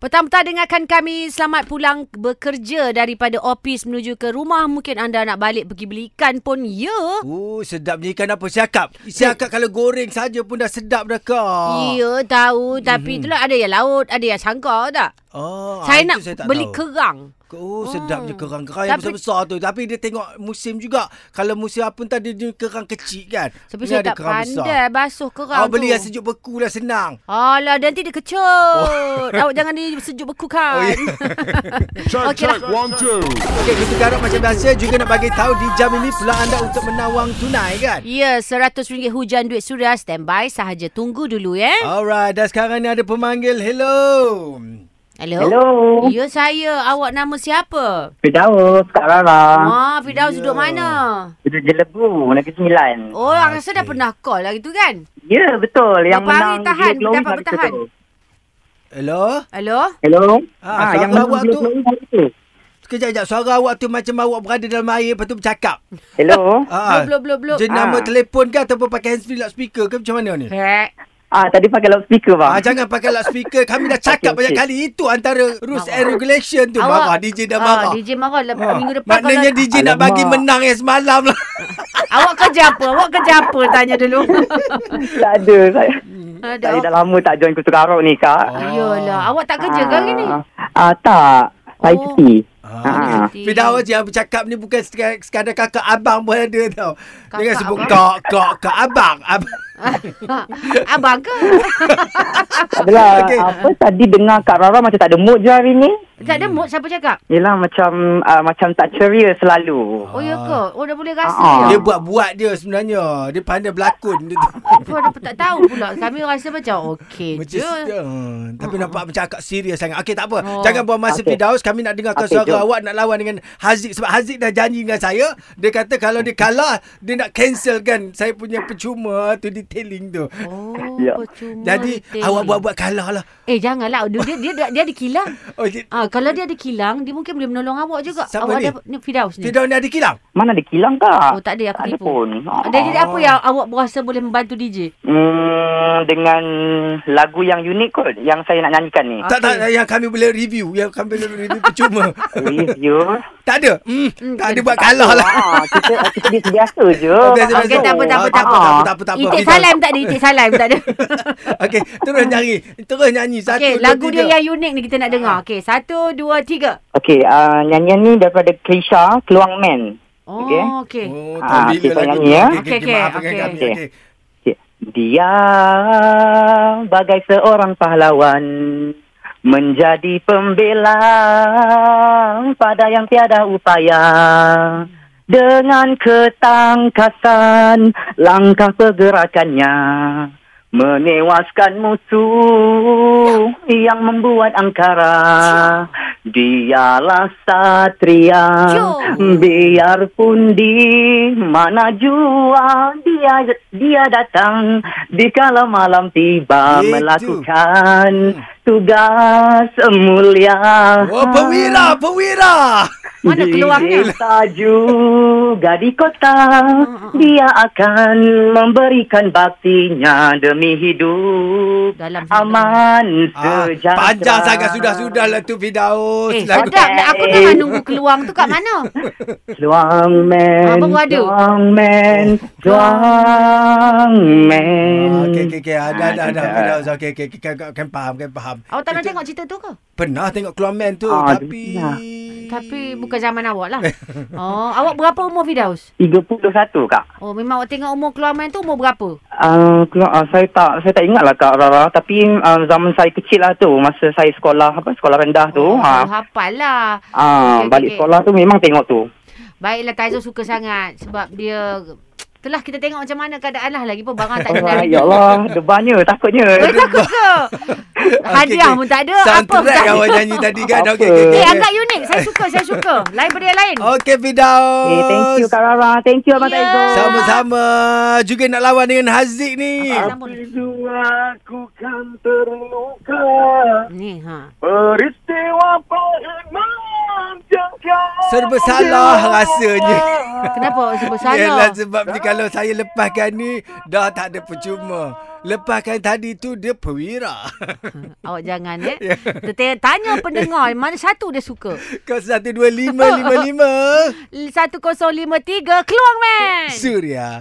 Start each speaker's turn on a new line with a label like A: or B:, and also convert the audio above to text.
A: Petang-petang dengarkan kami selamat pulang bekerja daripada office menuju ke rumah. Mungkin anda nak balik pergi beli ikan pun ya.
B: Oh, sedap ni ikan apa? Siakap. Siakap kalau goreng saja pun dah sedap dah kak.
A: Ya, tahu. Tapi itulah ada yang laut, ada yang sangkar tak?
B: Oh,
A: saya
B: Mhm. itu
A: nak
B: saya tak
A: beli
B: tahu.
A: kerang.
B: Oh, sedapnya
A: Hmm.
B: kerang-kerang yang
A: Tapi-
B: besar-besar tu. Tapi dia tengok musim juga. Kalau musim apa entah dia, dia kerang kecil kan.
A: Tapi
B: Ni
A: saya
B: ada
A: tak pandai basuh kerang
B: Awak beli
A: tu.
B: yang sejuk beku lah senang.
A: Alah, nanti dia kecut. Oh. Awak jangan dia sejuk beku kan. Oh,
B: ya.
C: Check,
A: Okay
C: check, one, two.
B: Okey, kita garap macam biasa juga nak bagi tahu di jam ini pula anda untuk menawang tunai kan.
A: Ya, RM100 hujan duit suria standby sahaja. Tunggu dulu eh.
B: Alright, dan sekarang ni ada pemanggil. Hello.
A: Hello.
D: Hello.
A: Ya saya. Awak nama siapa?
D: Firdaus, Kak Rara.
A: Ah,
B: Ya.
A: Firdaus duduk mana?
D: Duduk Jelebu, Negeri Sembilan.
A: Oh, okay. rasa dah
B: Ah, Okey.
A: pernah call lah gitu kan?
D: Ya, betul. Yang
A: Berapa hari
D: menang
A: tahan?
D: Glory
A: Dapat
D: hari
A: bertahan?
D: tu.
B: Hello.
A: Hello?
D: Hello?
B: Ah,
D: Ah,
B: suara
D: yang menang
B: awak
D: Glory
B: tu-
D: hari tu.
B: Sekejap-kejap. Suara awak tu macam awak berada dalam air lepas tu bercakap.
D: Hello?
A: Blok,
B: Ah,
A: blok, blok, blok.
B: Jenama
D: Ah.
B: telefon ke ataupun pakai handsfree loudspeaker ke macam mana ni?
A: Hek.
D: ah, tadi pakai loudspeaker bang.
B: Ah, jangan pakai loudspeaker. Kami dah cakap
D: Okey,
B: banyak
D: okey.
B: kali. Itu antara rules and regulation tu. Marah. DJ dah marah.
A: Ah, DJ marah lah.
B: Ah,
A: Minggu depan
B: Maknanya
A: kalau...
B: DJ nak
D: Alamak.
B: bagi menang yang semalam lah.
A: Awak kerja apa? Awak kerja apa? Tanya dulu.
D: tak ada. Saya,
A: Ada
D: saya
A: awak...
D: dah lama tak join Kutu Karok ni, Kak.
A: Ayolah. Awak tak Oh. kerja ke hari ni?
D: Ah, Ah, tak. Saya
A: Oh.
D: cuti.
B: Ah,
D: Ah.
B: okay. Fidawa je yang bercakap ni bukan sekadar, sekadar kakak abang pun ada tau. Kakak Jangan
A: Kakak
B: sebut
A: abang.
B: kak, kak, kak abang. abang.
A: Ah, Abang ke?
D: Adalah,
B: Okey.
D: apa tadi dengar Kak Rara macam tak ada mood je hari ni?
A: tak ada mood siapa cakap?
D: Yelah, macam ah, macam tak ceria selalu.
A: Oh, ya ke? Oh, dah boleh rasa
D: Ah.
A: ya?
B: Dia buat-buat dia sebenarnya. Dia pandai berlakon. Dia tu.
A: Apa dah tak tahu pula. Kami rasa macam okey je.
B: Macam yeah. Hmm, Tapi nampak macam akak serius sangat. Okey tak apa.
A: Oh.
B: Jangan buang masa okay.
D: Okey.
B: Fidaus. Kami nak dengarkan
D: Okey,
B: suara
D: jom.
B: awak nak lawan dengan Haziq. Sebab Haziq dah janji dengan saya. Dia kata kalau dia kalah, dia nak cancelkan saya punya percuma tu detailing tu.
A: Oh,
D: Ya.
A: percuma.
B: Jadi
A: detailing.
B: awak buat-buat kalah lah.
A: Eh, janganlah. Dia, dia, dia, dia ada kilang.
B: Oh, dia,
A: Ah, kalau dia ada kilang, dia mungkin boleh menolong awak juga.
B: Siapa
A: awak
B: ni?
A: ada ni Fidaus ni.
B: Fidaus ni ada kilang?
D: Mana ada kilang, Kak?
A: Oh, tak ada aku
D: Tak ada
A: tipu.
D: pun.
A: Dia jadi
B: Ah.
A: apa yang awak berasa boleh membantu DJ?
D: Hmm, dengan lagu yang unik kot yang saya nak nyanyikan ni.
A: Ah.
B: Tak, tak.
A: Okey.
B: Yang kami boleh review. Yang kami boleh review percuma.
D: Review.
B: tak ada. Hmm,
A: Hmm,
B: tak ada
A: tak
B: buat kalah lah.
D: Ah, kita kita dia biasa je.
B: Biasa-biasa.
A: Okey, tak apa, tak apa,
B: Ah, tak apa, tak apa, tak apa, tak apa.
A: Itik
B: Fidaus.
A: salam tak ada, itik salam tak ada.
B: Okey, terus nyanyi. Terus nyanyi. Satu,
A: Okey,
B: dua,
A: lagu dia
B: tiga.
A: yang unik ni kita nak dengar. Okey, satu, dua, tiga.
D: Okey, ah, nyanyian ni daripada Krisha Keluang Man. Okey.
A: Oh, okey.
B: Oh,
D: Ah,
B: tak
D: kita
B: bila lagu
D: nyanyi,
B: tu.
D: ya.
B: Okey,
A: Okey,
B: okey,
A: okey,
B: maafkan
A: okey.
B: kami.
D: Okey.
B: Okey.
D: Okey. Dia bagai seorang pahlawan menjadi pembela pada yang tiada upaya dengan ketangkasan langkah pergerakannya menewaskan musuh yang membuat angkara dialah satria
A: Jom.
D: Biarpun di mana jua dia dia datang Dikala malam tiba
B: Itu.
D: melakukan tugas mulia
B: Oh, perwira, perwira.
A: Mana keluarnya?
D: Di desa juga di kota Dia akan memberikan baktinya demi hidup
A: Dalam sana.
D: Aman
B: Ah,
D: sejahtera
B: panjang sangat sudah-sudah lah tu Fidaus.
A: Eh,
B: Lagu-
A: sedap. lah. Aku tengah nunggu keluang tu kat mana?
D: Juang men,
A: Abang beradu.
D: juang men, juang men.
B: Oh. Ah, Okey, okey, okey. Ada, ada, ada.
D: Ah,
B: Fidaus. Okey, okey. okey. Kan- Kan faham, kan faham.
A: Awak tak nak
B: Itu-
A: tengok cerita tu ke?
B: Pernah tengok Clown tu,
D: Ah,
B: tapi...
D: pernah.
A: Tapi bukan zaman awak lah. Oh, awak berapa umur Fidaus?
D: 31 kak.
A: Oh, memang awak tengok umur keluar main tu umur berapa?
D: Uh, uh, saya tak saya tak ingat lah kak Rara tapi uh, zaman saya kecil lah tu masa saya sekolah apa sekolah rendah
A: Oh,
D: tu ha
A: hafal lah.
D: ah
A: okey,
D: balik
A: okey.
D: sekolah tu memang tengok tu
A: Baiklah Taizo suka sangat sebab dia telah kita tengok macam mana keadaan lah lagi pun barang tak
D: oh,
A: kenal.
D: ya Allah debannya takutnya
A: Weh takut ke? Hadiah
B: Okey,
A: pun tak ada, apa pun
B: Soundtrack
A: tak
B: awak
A: ada.
B: nyanyi tadi kan.
D: Apa?
B: Okey,
A: Eh,
B: okey, okey.
A: agak unik. Saya suka, saya suka. Lain benda yang lain.
B: Okey, Fidaus.
D: okay, Eh, thank you kak Rara thank you abang
A: Ya.
D: Taizo
B: Sama-sama. Juga nak lawan dengan Haziq ni.
D: Ah,
A: Apa?
E: Bila aku kan terluka
A: Ni, ha.
E: Peristiwa penghinaan jangka
B: serba salah rasanya.
A: Kenapa sebab salah?
B: Yelah sebabnya kalau saya lepaskan ni dah tak ada percuma. Lepaskan tadi tu dia perwira.
A: Awak jangan eh. Yeah. Tanya pendengar mana satu dia suka.
B: Kau 12555
A: 1053 keluar man.
B: Suria.